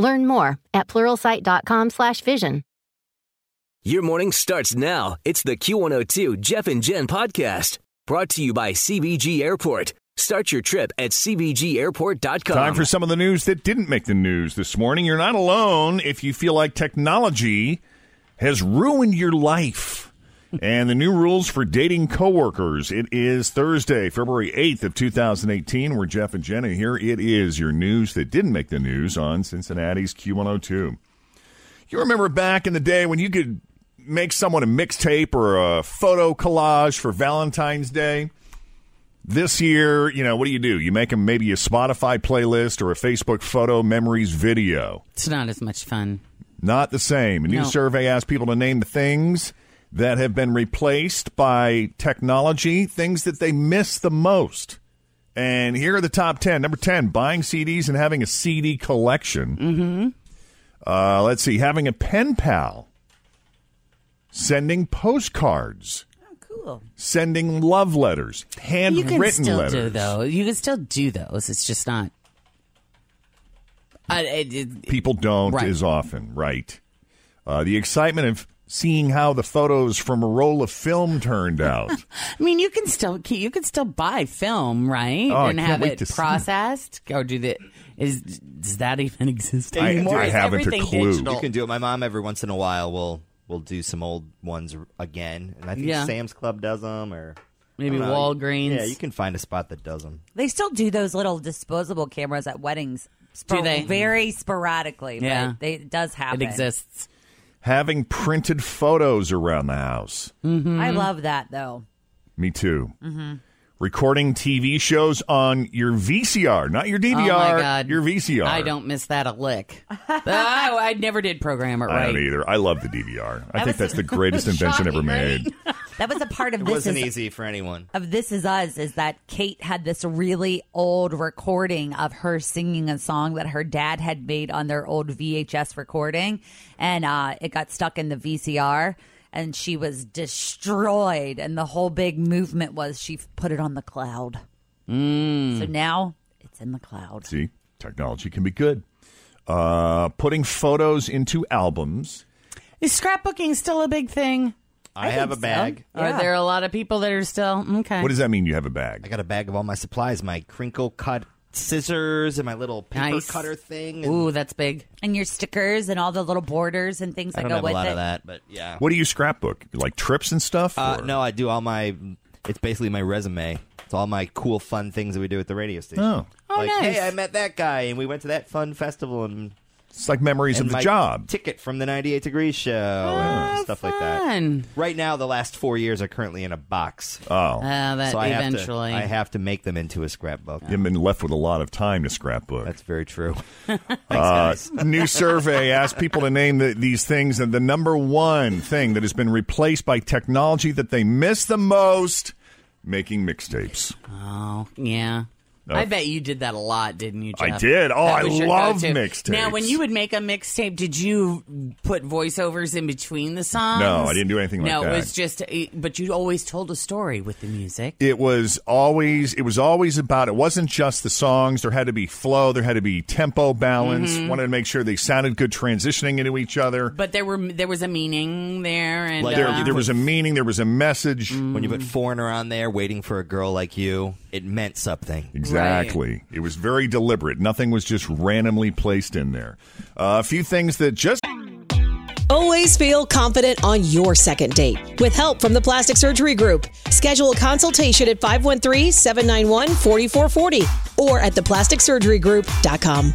Learn more at pluralsight.com/vision. Your morning starts now. It's the Q102 Jeff and Jen podcast, brought to you by CBG Airport. Start your trip at cbgairport.com. Time for some of the news that didn't make the news this morning. You're not alone if you feel like technology has ruined your life. and the new rules for dating coworkers. It is Thursday, February 8th of 2018. We're Jeff and Jenna here. It is your news that didn't make the news on Cincinnati's Q102. You remember back in the day when you could make someone a mixtape or a photo collage for Valentine's Day? this year, you know, what do you do? You make them maybe a Spotify playlist or a Facebook photo memories video. It's not as much fun. Not the same. A new No. survey asked people to name the things that have been replaced by technology, things that they miss the most. And here are the top 10. Number 10, buying CDs and having a CD collection. Mm-hmm. Uh, let's see, having a pen pal, sending postcards, Oh, cool. sending love letters, you handwritten can still letters. do those. You can still do those. It's just not. I, it, it, people don't Right. as often, right? Uh, the excitement of seeing how the photos from a roll of film turned out. I mean, you can still keep, you can still buy film, right? Oh, I and can't have wait to it see it. processed. Or do the is does that even exist I- anymore? I Is haven't a everything clue. digital? You can do it. My mom every once in a while will will do some old ones r- again, and I think Yeah. Sam's Club does them, or Maybe I don't know. Walgreens. Yeah, you can find a spot that does them. They still do those little disposable cameras at weddings. Do they? Very sporadically. Yeah. But they, it does happen. It exists. Having printed photos around the house. I Mm-hmm. love that, though. Me too. Mm-hmm. Recording TV shows on your VCR, not your DVR. oh my god, Your VCR. I don't miss that a lick. oh, I never did program it I right. don't either. I love the DVR. I think was- that's the greatest invention ever Shocking, right? made. That was a part of It this. wasn't Is, easy for anyone. of This Is Us is that Kate had this really old recording of her singing a song that her dad had made on their old VHS recording, and uh, it got stuck in the VCR. And she was destroyed, and the whole big movement was she put it on the cloud. Mm. So now it's in the cloud. See, technology can be good. Uh, putting photos into albums. Is scrapbooking still a big thing? I, have a think so. bag. Are there a lot of people that are still okay? What does that mean? You have a I bag. got a bag of all my supplies, my crinkle cut scissors and my little paper Nice. cutter thing. And Ooh, that's big. and your stickers and all the little borders and things I that don't go have a with lot it. of that, but yeah. What do you scrapbook? Like trips and stuff? Uh, or- no, I do all my. It's basically my resume. It's all my cool, fun things that we do at the radio station. Oh. Oh, like, nice. hey, I met that guy, and we went to that fun festival, and It's like memories and of the my job. ticket from the 98 Degrees show and stuff like that. Oh, Fun. Right now, the last four years are currently in a box. oh, Uh, that so I eventually. have, to, I have to make them into a scrapbook. you've been left with a lot of time to scrapbook. That's very true. Uh, new survey asked people to name the, these things, and the number one thing that has been replaced by technology that they miss the most: making mixtapes. oh yeah. I bet you did that a lot, didn't you? I Jeff? did. Oh, That I was your love go-to. mixtapes. Now, when you would make a mixtape, did you put voiceovers in between the Um, songs? No, I didn't do anything like no, that. it was just. eh, But you always told a story with the music. it was always it was always about it wasn't just the songs there had to be flow there had to be tempo balance Mm-hmm. wanted to make sure they sounded good transitioning into each other But there were there was a meaning there, and Like, there, uh, Mm. there was a meaning there was a message When you put foreigner on there, waiting for a girl like you, it meant something. exactly it was very deliberate nothing was just randomly placed in there uh, a few things that just Always feel confident on your second date. With help from the Plastic Surgery Group, schedule a consultation at 513 791 4440 or at theplasticsurgerygroup.com.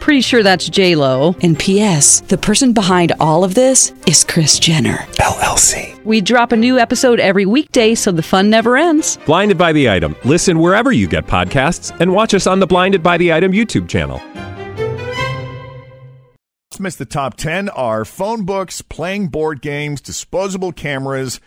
Pretty sure that's J Lo. And P.S. The person behind all of this is Chris Jenner. LLC. We drop a new episode every weekday, so the fun never ends. Blinded by the item. Listen wherever you get podcasts, and watch us on the Blinded by the Item YouTube channel. missed the top 10 are phone books playing board games disposable cameras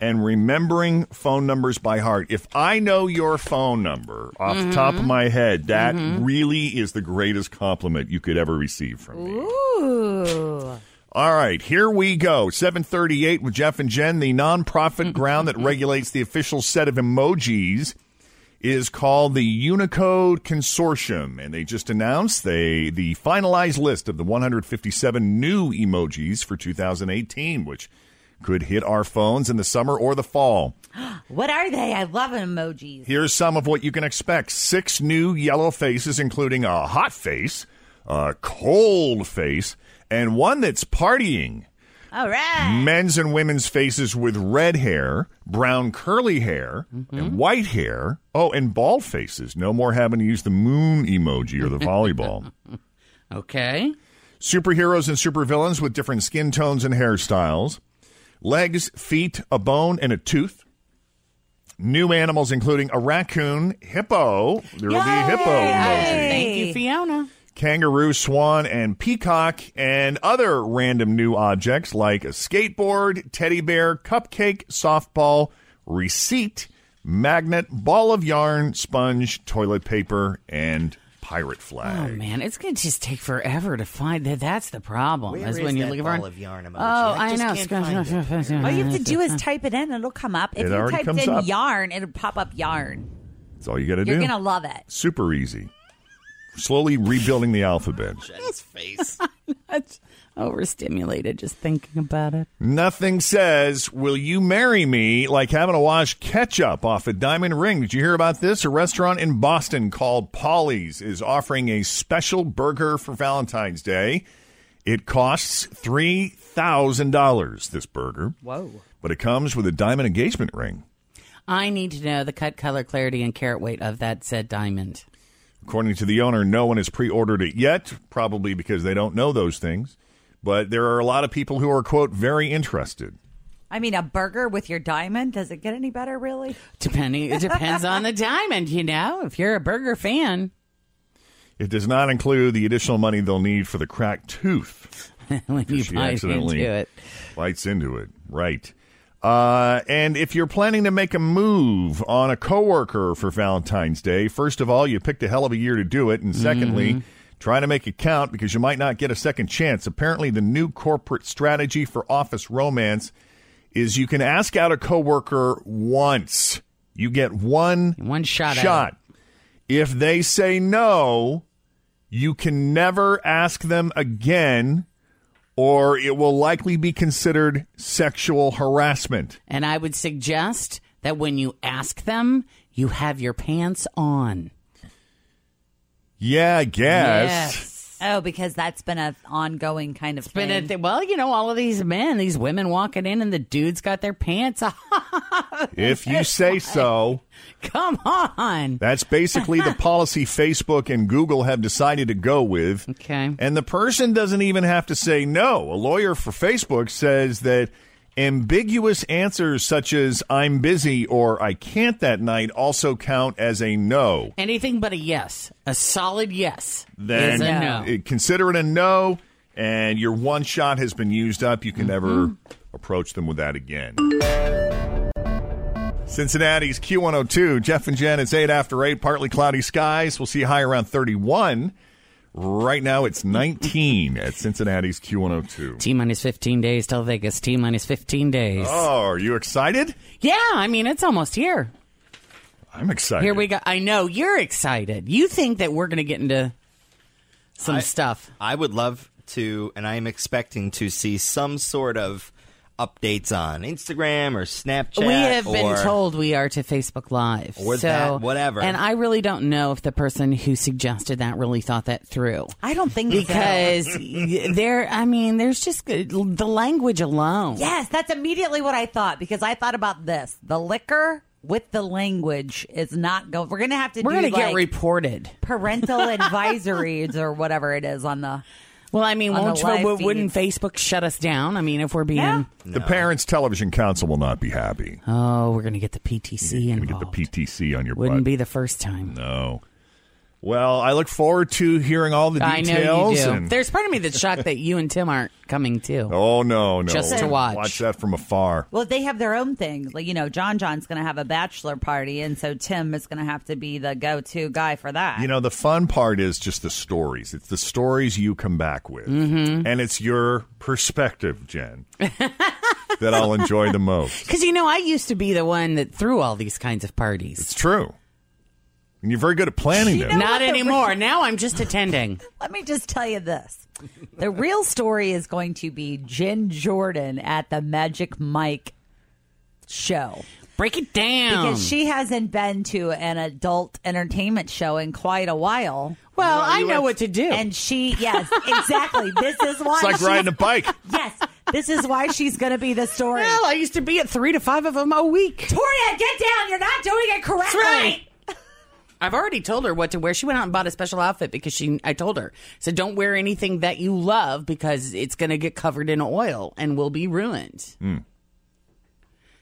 and remembering phone numbers by heart. If I know your phone number off the Mm-hmm. top of my head, that really is the greatest compliment you could ever receive from me. Ooh. All right, here we go. 738 with Jeff and Jen. The nonprofit ground that regulates the official set of emojis is called the Unicode Consortium, and they just announced they the finalized list of the 157 new emojis for 2018, which could hit our phones in the summer or the fall. What are they? I love emojis. Here's some of what you can expect six new yellow faces, including a hot face, a cold face, and one that's partying. All right. Men's and women's faces with red hair, brown curly hair, Mm-hmm. and white hair. Oh, and bald faces. No more having to use the moon emoji or the volleyball. okay. Superheroes and supervillains with different skin tones and hairstyles. Legs, feet, a bone, and a tooth. New animals including a raccoon, hippo. There will be a hippo emoji. Thank you, Fiona. kangaroo, swan, and peacock, and other random new objects like a skateboard, teddy bear, cupcake, softball, receipt, magnet, ball of yarn, sponge, toilet paper, and pirate Oh flag. man, it's gonna just take forever to find that. That's the problem. Where is is when you that look ball for of yarn emoji? Oh, I I, just know. can't find it. Oh, All you have to do is type it in, it'll come up. If It you already typed comes in up. yarn, it'll pop up yarn. That's all you got to You're do. gonna love it. Super easy. Slowly rebuilding the alphabet. His face. overstimulated just thinking about it. Nothing says, Will you marry me? like having to wash ketchup off a diamond ring. Did you hear about this? A restaurant in Boston called Polly's is offering a special burger for Valentine's Day. It costs $3,000, this burger. Whoa. But it comes with a diamond engagement ring. I need to know the cut, color, clarity, and carat weight of that said diamond. According to the owner, no one has pre ordered it yet, probably because they don't know those things. But there are a lot of people who are, quote, very interested. I mean, a burger with your diamond, does it get any better, really? Depending, it depends on the diamond. You know, if you're a burger fan, It does not include the additional money they'll need for the cracked tooth. when you She bite accidentally- into it, Lights into it. Right. Uh, and if you're planning to make a move on a coworker for Valentine's Day, first of all, you picked a hell of a year to do it. And secondly, try to make it count because you might not get a second chance. Apparently, the new corporate strategy for office romance is you can ask out a coworker once. You get one one shot. at it. shot. If they say no, you can never ask them again, or it will likely be considered sexual harassment. And I would suggest that when you ask them, you have your pants on. Yeah, I guess. Oh, because that's been an ongoing kind of But thing. it, well, you know, all of these men, these women walking in, and the dude's got their pants off. If you say so, Come on. that's basically the policy Facebook and Google have decided to go with. Okay. And the person doesn't even have to say no. A lawyer for Facebook says that Ambiguous answers such as I'm busy or I can't that night also count as a no. Anything but a yes. A solid yes Then is a no. uh, consider it a no, and your one shot has been used up. You Mm-hmm. can never approach them with that again. Cincinnati's Q102. Jeff and Jen, it's 8 after 8, partly cloudy skies. We'll see a high around 31. Right now it's 19 at Cincinnati's Q102. T minus 15 days till Vegas. T minus 15 days. Oh, are you excited? Yeah, I mean, it's almost here. I'm excited. Here we go. I know you're excited. You think that we're going to get into some I- stuff. I would love to, and I am expecting to see some sort of updates on Instagram or Snapchat. we have or- been told we are to Facebook Live. Or so, that, whatever. And I really don't know if the person who suggested that really thought that through. I don't think so. because y- there, I mean, there's just uh, the language alone. Yes, that's immediately what I thought because I thought about this. The liquor with the language is not going. We're going to have to We're do going to get like, reported. parental advisories or whatever it is on the. Well, I mean, on the won't, live w- wouldn't feed. Facebook shut us down? I mean, if we're being, The Parents Television Council will not be happy. oh, we're going to get the PTC You're gonna involved. get the PTC on your Wouldn't butt. be the first time. No. Well, I look forward to hearing all the I details. know you do. and- There's part of me that's shocked that you and Tim aren't coming too. oh no, no. Just to watch. Watch that from afar. Well, they have their own thing. Like you know, John John's going to have a bachelor party, and so Tim is going to have to be the go-to guy for that. You know, the fun part is just the stories. It's the stories you come back with. Mm-hmm. And it's your perspective, Jen, that I'll enjoy the most. Because you know, I used to be the one that threw all these kinds of parties. It's true. And you're very good at planning them. Not anymore. now I'm just attending. Let me just tell you this. The real story is going to be Jen Jordan at the Magic Mike show. Break it down. Because she hasn't been to an adult entertainment show in quite a while. Well, I know what to do. And she, yes, exactly. this is why. It's like she- riding a bike. Yes, this is why she's going to be the story. well, I used to be at three to five of them a week. Toria, get down. You're not doing it correctly. I've already told her what to wear. She went out and bought a special outfit because she. I told her, so don't wear anything that you love because it's going to get covered in oil and will be ruined.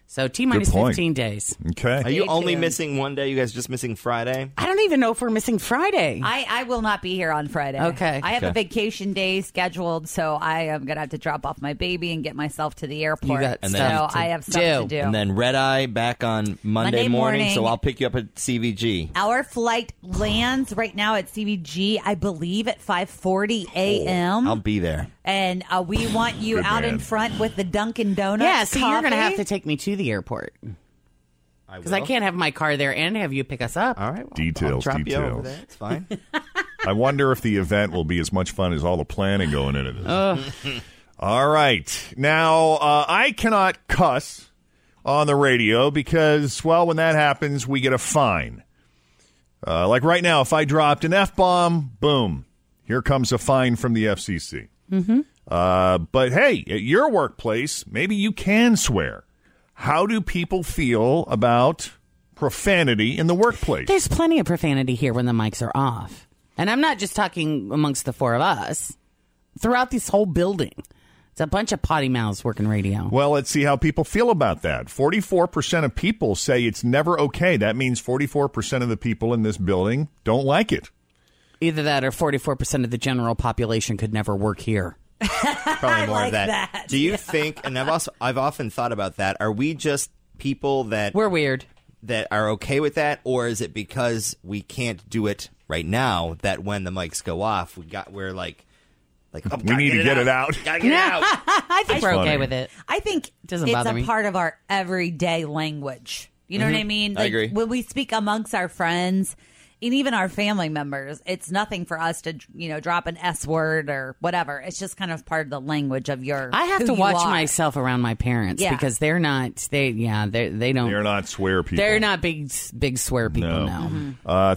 So t minus point. fifteen days. Okay. Are you Stay only tuned. missing one day? You guys just missing Friday? I don't even know if we're missing Friday. I, I will not be here on Friday. Okay. I have a Okay. vacation day scheduled, so I am going to have to drop off my baby and get myself to the airport. got so And then stuff I have stuff do. to do. And then red eye back on Monday, Monday morning, So morning. I'll pick you up at CVG. Our flight lands right now at CVG, I believe, at 5:40 Oh, a.m. I'll be there. and uh, we want you Good out man. in front with the Dunkin' Donuts. yeah, so you're going to coffee. have to take me to the airport because I will. can't have my car there and have you pick us up. All right. Well, I'll Details, drop you over details. there. It's fine. I wonder if the event will be as much fun as all the planning going into this. All right. Now, uh, I cannot cuss on the radio because, well, when that happens, we get a fine. Uh, like right now, if I dropped an F bomb, boom, here comes a fine from the FCC. Mm-hmm. Uh, but hey, at your workplace, maybe you can swear. How do people feel about profanity in the workplace? There's plenty of profanity here when the mics are off. And I'm not just talking amongst the four of us. Throughout this whole building, it's a bunch of potty mouths working radio. Well, let's see how people feel about that. 44% of people say it's never okay. That means 44% of the people in this building don't like it. Either that or 44% of the general population could never work here. Probably more like of that. that. Do you think? And I've also I've often thought about that. Are we just people that We're weird. that are okay with that, or is it because we can't do it right now that when the mics go off, we got we're like, like oh, We gotta need to get it out. Gotta get it out. I think we're funny. okay with it. I think Doesn't it's bother a me. Mm-hmm. part of our everyday language. You know what I mean? I agree. When we speak amongst our friends and even our family members, it's nothing for us to you know drop an S word or whatever. It's just kind of part of the language of your. I have who to you watch are. myself around my parents Yeah. because they're not, they, yeah, they're, they don't, They're not swear people. they're not big, big swear people No. now. Mm-hmm. Uh,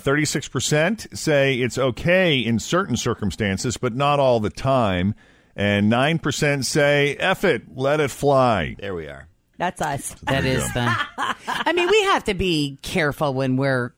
36% say it's okay in certain circumstances, but not all the time. And 9% say, F it, let it fly. There we are. That's us. That is the. I mean, we have to be careful when we're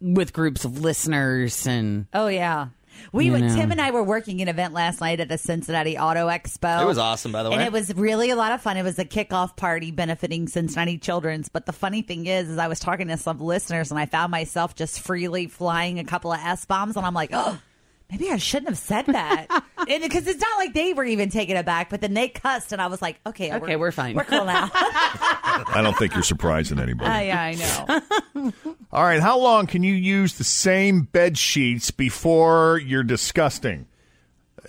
with groups of listeners and Oh yeah. We You were, know. Tim and I were working an event last night at the Cincinnati Auto Expo. It was awesome, by the And way. it was really a lot of fun. It was a kickoff party benefiting Cincinnati Children's. But the funny thing is, is I was talking to some listeners and I found myself just freely flying a couple of S bombs, and I'm like, oh. Maybe I shouldn't have said that, because it's not like they were even taken aback. But then they cussed, and I was like, "Okay, Okay, we're fine. we're cool now." I don't think you're surprising anybody. I, I know. All right, how long can you use the same bed sheets before you're disgusting?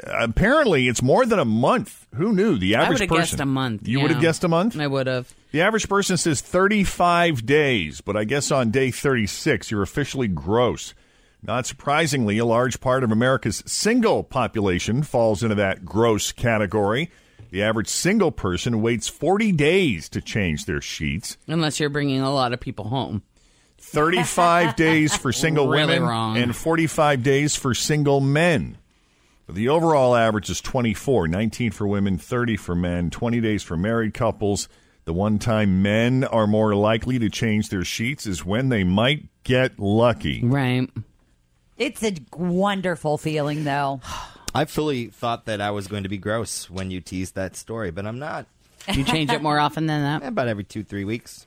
Apparently, it's more than a month. Who knew? The I average would have person. guessed a month. You yeah. would have guessed a month. I would have. The average person says 35 days, but I guess on day 36, you're officially gross. Not surprisingly, a large part of America's single population falls into that gross category. The average single person waits 40 days to change their sheets. Unless you're bringing a lot of people home. 35 days for single Really women wrong. and 45 days for single men. The overall average is 24, 19 for women, 30 for men, 20 days for married couples. The one time men are more likely to change their sheets is when they might get lucky. Right. It's a wonderful feeling, though. I fully thought that I was going to be gross when you teased that story, but I'm not. You change it more often than that. About every two, three weeks.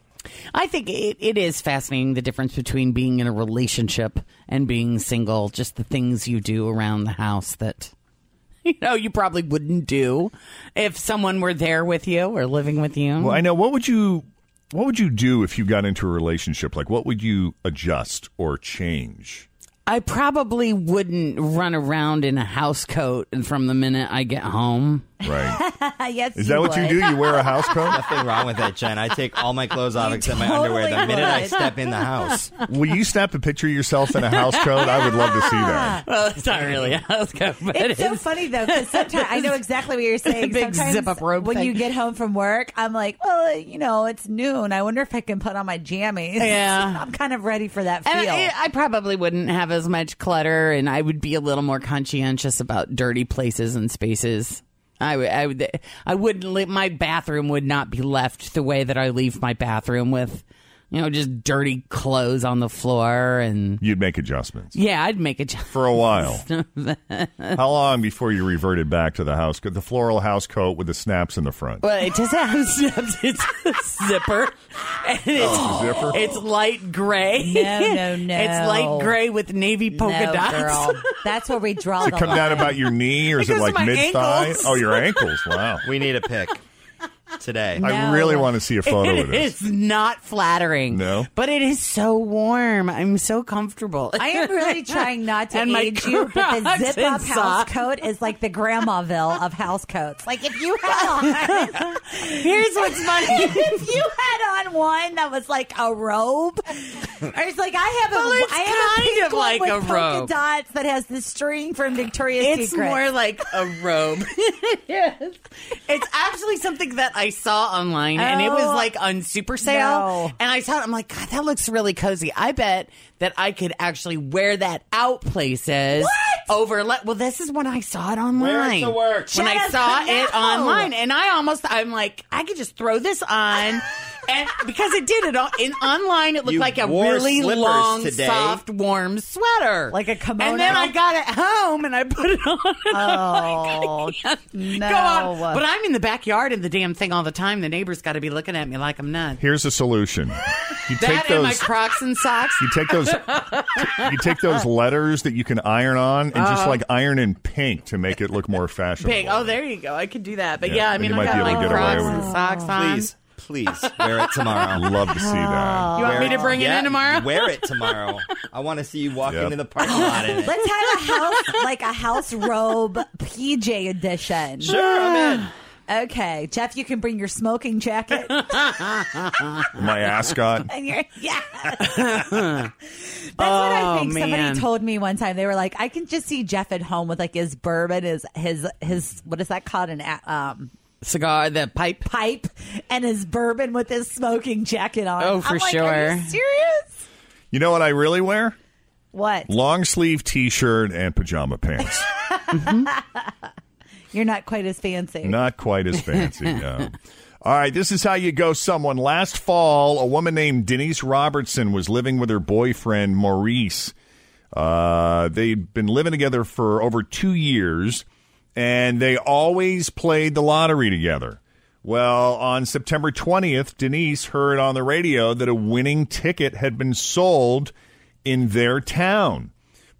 I think it, it is fascinating the difference between being in a relationship and being single, just the things you do around the house that you know you probably wouldn't do if someone were there with you or living with you. Well, I know what would you what would you do if you got into a relationship? Like what would you adjust or change? I probably wouldn't run around in a house coat from the minute I get home. Right. Uh, yes, Is that what you would. do? You wear a house coat? Nothing wrong with that, Jen. I take all my clothes off except my underwear the totally minute I would. step in the house. Will you snap a picture of yourself in a house coat? I would love to see that. Well, it's not really a house coat, but It's so it's- funny though because sometimes I know exactly what you're saying. Big Sometimes zip-up robe when thing. you get home from work, I'm like, well, you know, it's noon. I wonder if I can put on my jammies. Yeah. I'm kind of ready for that feel. And uh, I, I probably wouldn't have as much clutter, and I would be a little more conscientious about dirty places and spaces. I would, I would, I wouldn't. Let, my bathroom would not be left the way that I leave my bathroom with, you know, just dirty clothes on the floor, and You'd make adjustments. yeah, I'd make a. j- for a while. How long before you reverted back to the house coat, the floral house coat with the snaps in the front? Well, it doesn't have snaps. It's a zipper, and it's zipper? It's light gray. No, Oh, no, no. It's light gray with navy polka no, dots. girl. That's where we draw the Come line. down about your knee, or is It it goes to like my mid thigh? ankles. Oh, your ankles! Wow, We need a pick today. I really want to see a photo of It this. is not flattering. No? But it is so warm. I'm so comfortable. I am really trying not to And my age you, but the crotch zip up is house soft. coat is like the grandmaville of house coats. Like if you had on Here's what's funny. if you had on one that was like a robe, or it's like I have a, Well, it's I have kind a pink of one like with a polka robe. dots that has the string from Victoria's It's Secret. more like a robe. yes. It's actually something that I saw online and it was Oh, like on super sale. no. And I saw it. I'm like, God, that looks really cozy. I bet that I could actually wear that out places. What? Over. Le- well, this is when I saw it online. the work? When I Jess, saw it no. online. And I almost, I'm like, I could just throw this on. And because it did it on, in online, it looked You like a wore really slippers long, today. soft, warm sweater, Like a kimono? And then I got it home and I put it on. and oh no! Go on. But I'm in the backyard in the damn thing all the time. The neighbor's got to be looking at me like I'm nuts. Here's a solution: you That take and my those, Crocs and socks. you take those, you take those letters that you can iron on, and just like iron in pink to make it look more fashionable. Big. Uh-huh. Oh, there you go. I could do that. But Yeah, yeah, I then mean, you I might be got able my to get away Crocs with and it. socks on. Please, please wear it tomorrow. I'd love to see that. You want me to bring it Yeah, in tomorrow? Wear it tomorrow. I want to see you walk Yep. into the parking lot in it. Let's have a house like a house robe PJ edition. Sure, I'm in. Okay, Jeff, you can bring your smoking jacket Oh. My ascot. and your yeah. That's what I Oh, think man. somebody told me one time. They were like, I can just see Jeff at home with like his bourbon, his his his what is that called? An a- um Cigar, the pipe. pipe and his bourbon with his smoking jacket on. Oh, for I'm like, Are you sure. serious? You know what I really wear? What? Long sleeve T-shirt and pajama pants. You're not quite as fancy. Not quite as fancy. no. All right, this is how you go someone. Last fall, a woman named Denise Robertson was living with her boyfriend, Maurice. Uh, they'd been living together for over two years, and they always played the lottery together. Well, on September 20th, Denise heard on the radio that a winning ticket had been sold in their town.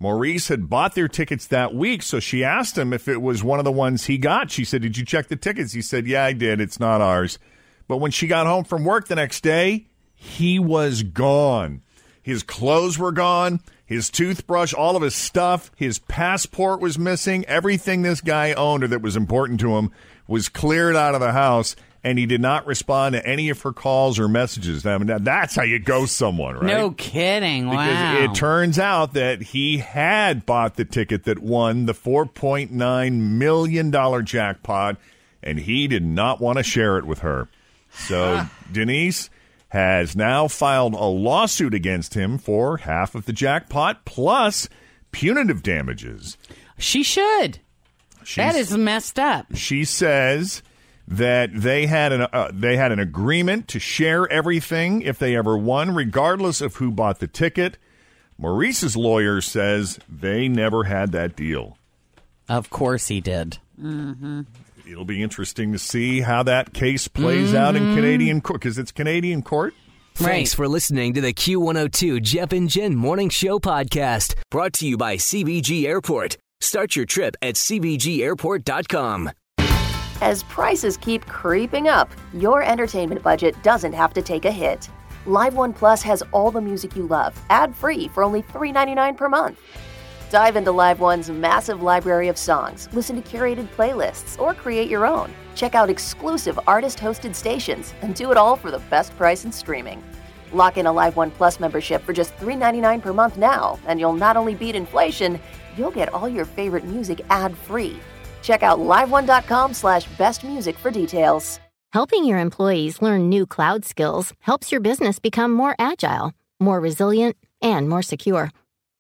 Maurice had bought their tickets that week, so she asked him if it was one of the ones he got. She said, Did you check the tickets? He said, Yeah, I did. It's not ours. But when she got home from work the next day, he was gone. His clothes were gone, his toothbrush, all of his stuff, his passport was missing. Everything this guy owned or that was important to him was cleared out of the house, and he did not respond to any of her calls or messages. I mean, that- that's how you ghost someone, right? No kidding. Because Wow. it turns out that he had bought the ticket that won the $4.9 million jackpot, and he did not want to share it with her. So Denise has now filed a lawsuit against him for half of the jackpot plus punitive damages. she should. She's- that is messed up. she says that they had an uh, they had an agreement to share everything if they ever won, regardless of who bought the ticket. Maurice's lawyer says they never had that deal. Of course he did. It'll be interesting to see how that case plays out in Canadian court because it's Canadian court. Thanks Right. for listening to the Q102 Jeff and Jen Morning Show podcast brought to you by CBG Airport. Start your trip at CBGAirport.com. As prices keep creeping up, your entertainment budget doesn't have to take a hit. Live One Plus has all the music you love, ad free for only $3.99 per month. Dive into Live One's massive library of songs, listen to curated playlists, or create your own. Check out exclusive artist hosted stations and do it all for the best price in streaming. Lock in a Live One Plus membership for just $3.99 per month now, and you'll not only beat inflation, you'll get all your favorite music ad free. Check out liveone.com slash best music for details. Helping your employees learn new cloud skills helps your business become more agile, more resilient, and more secure.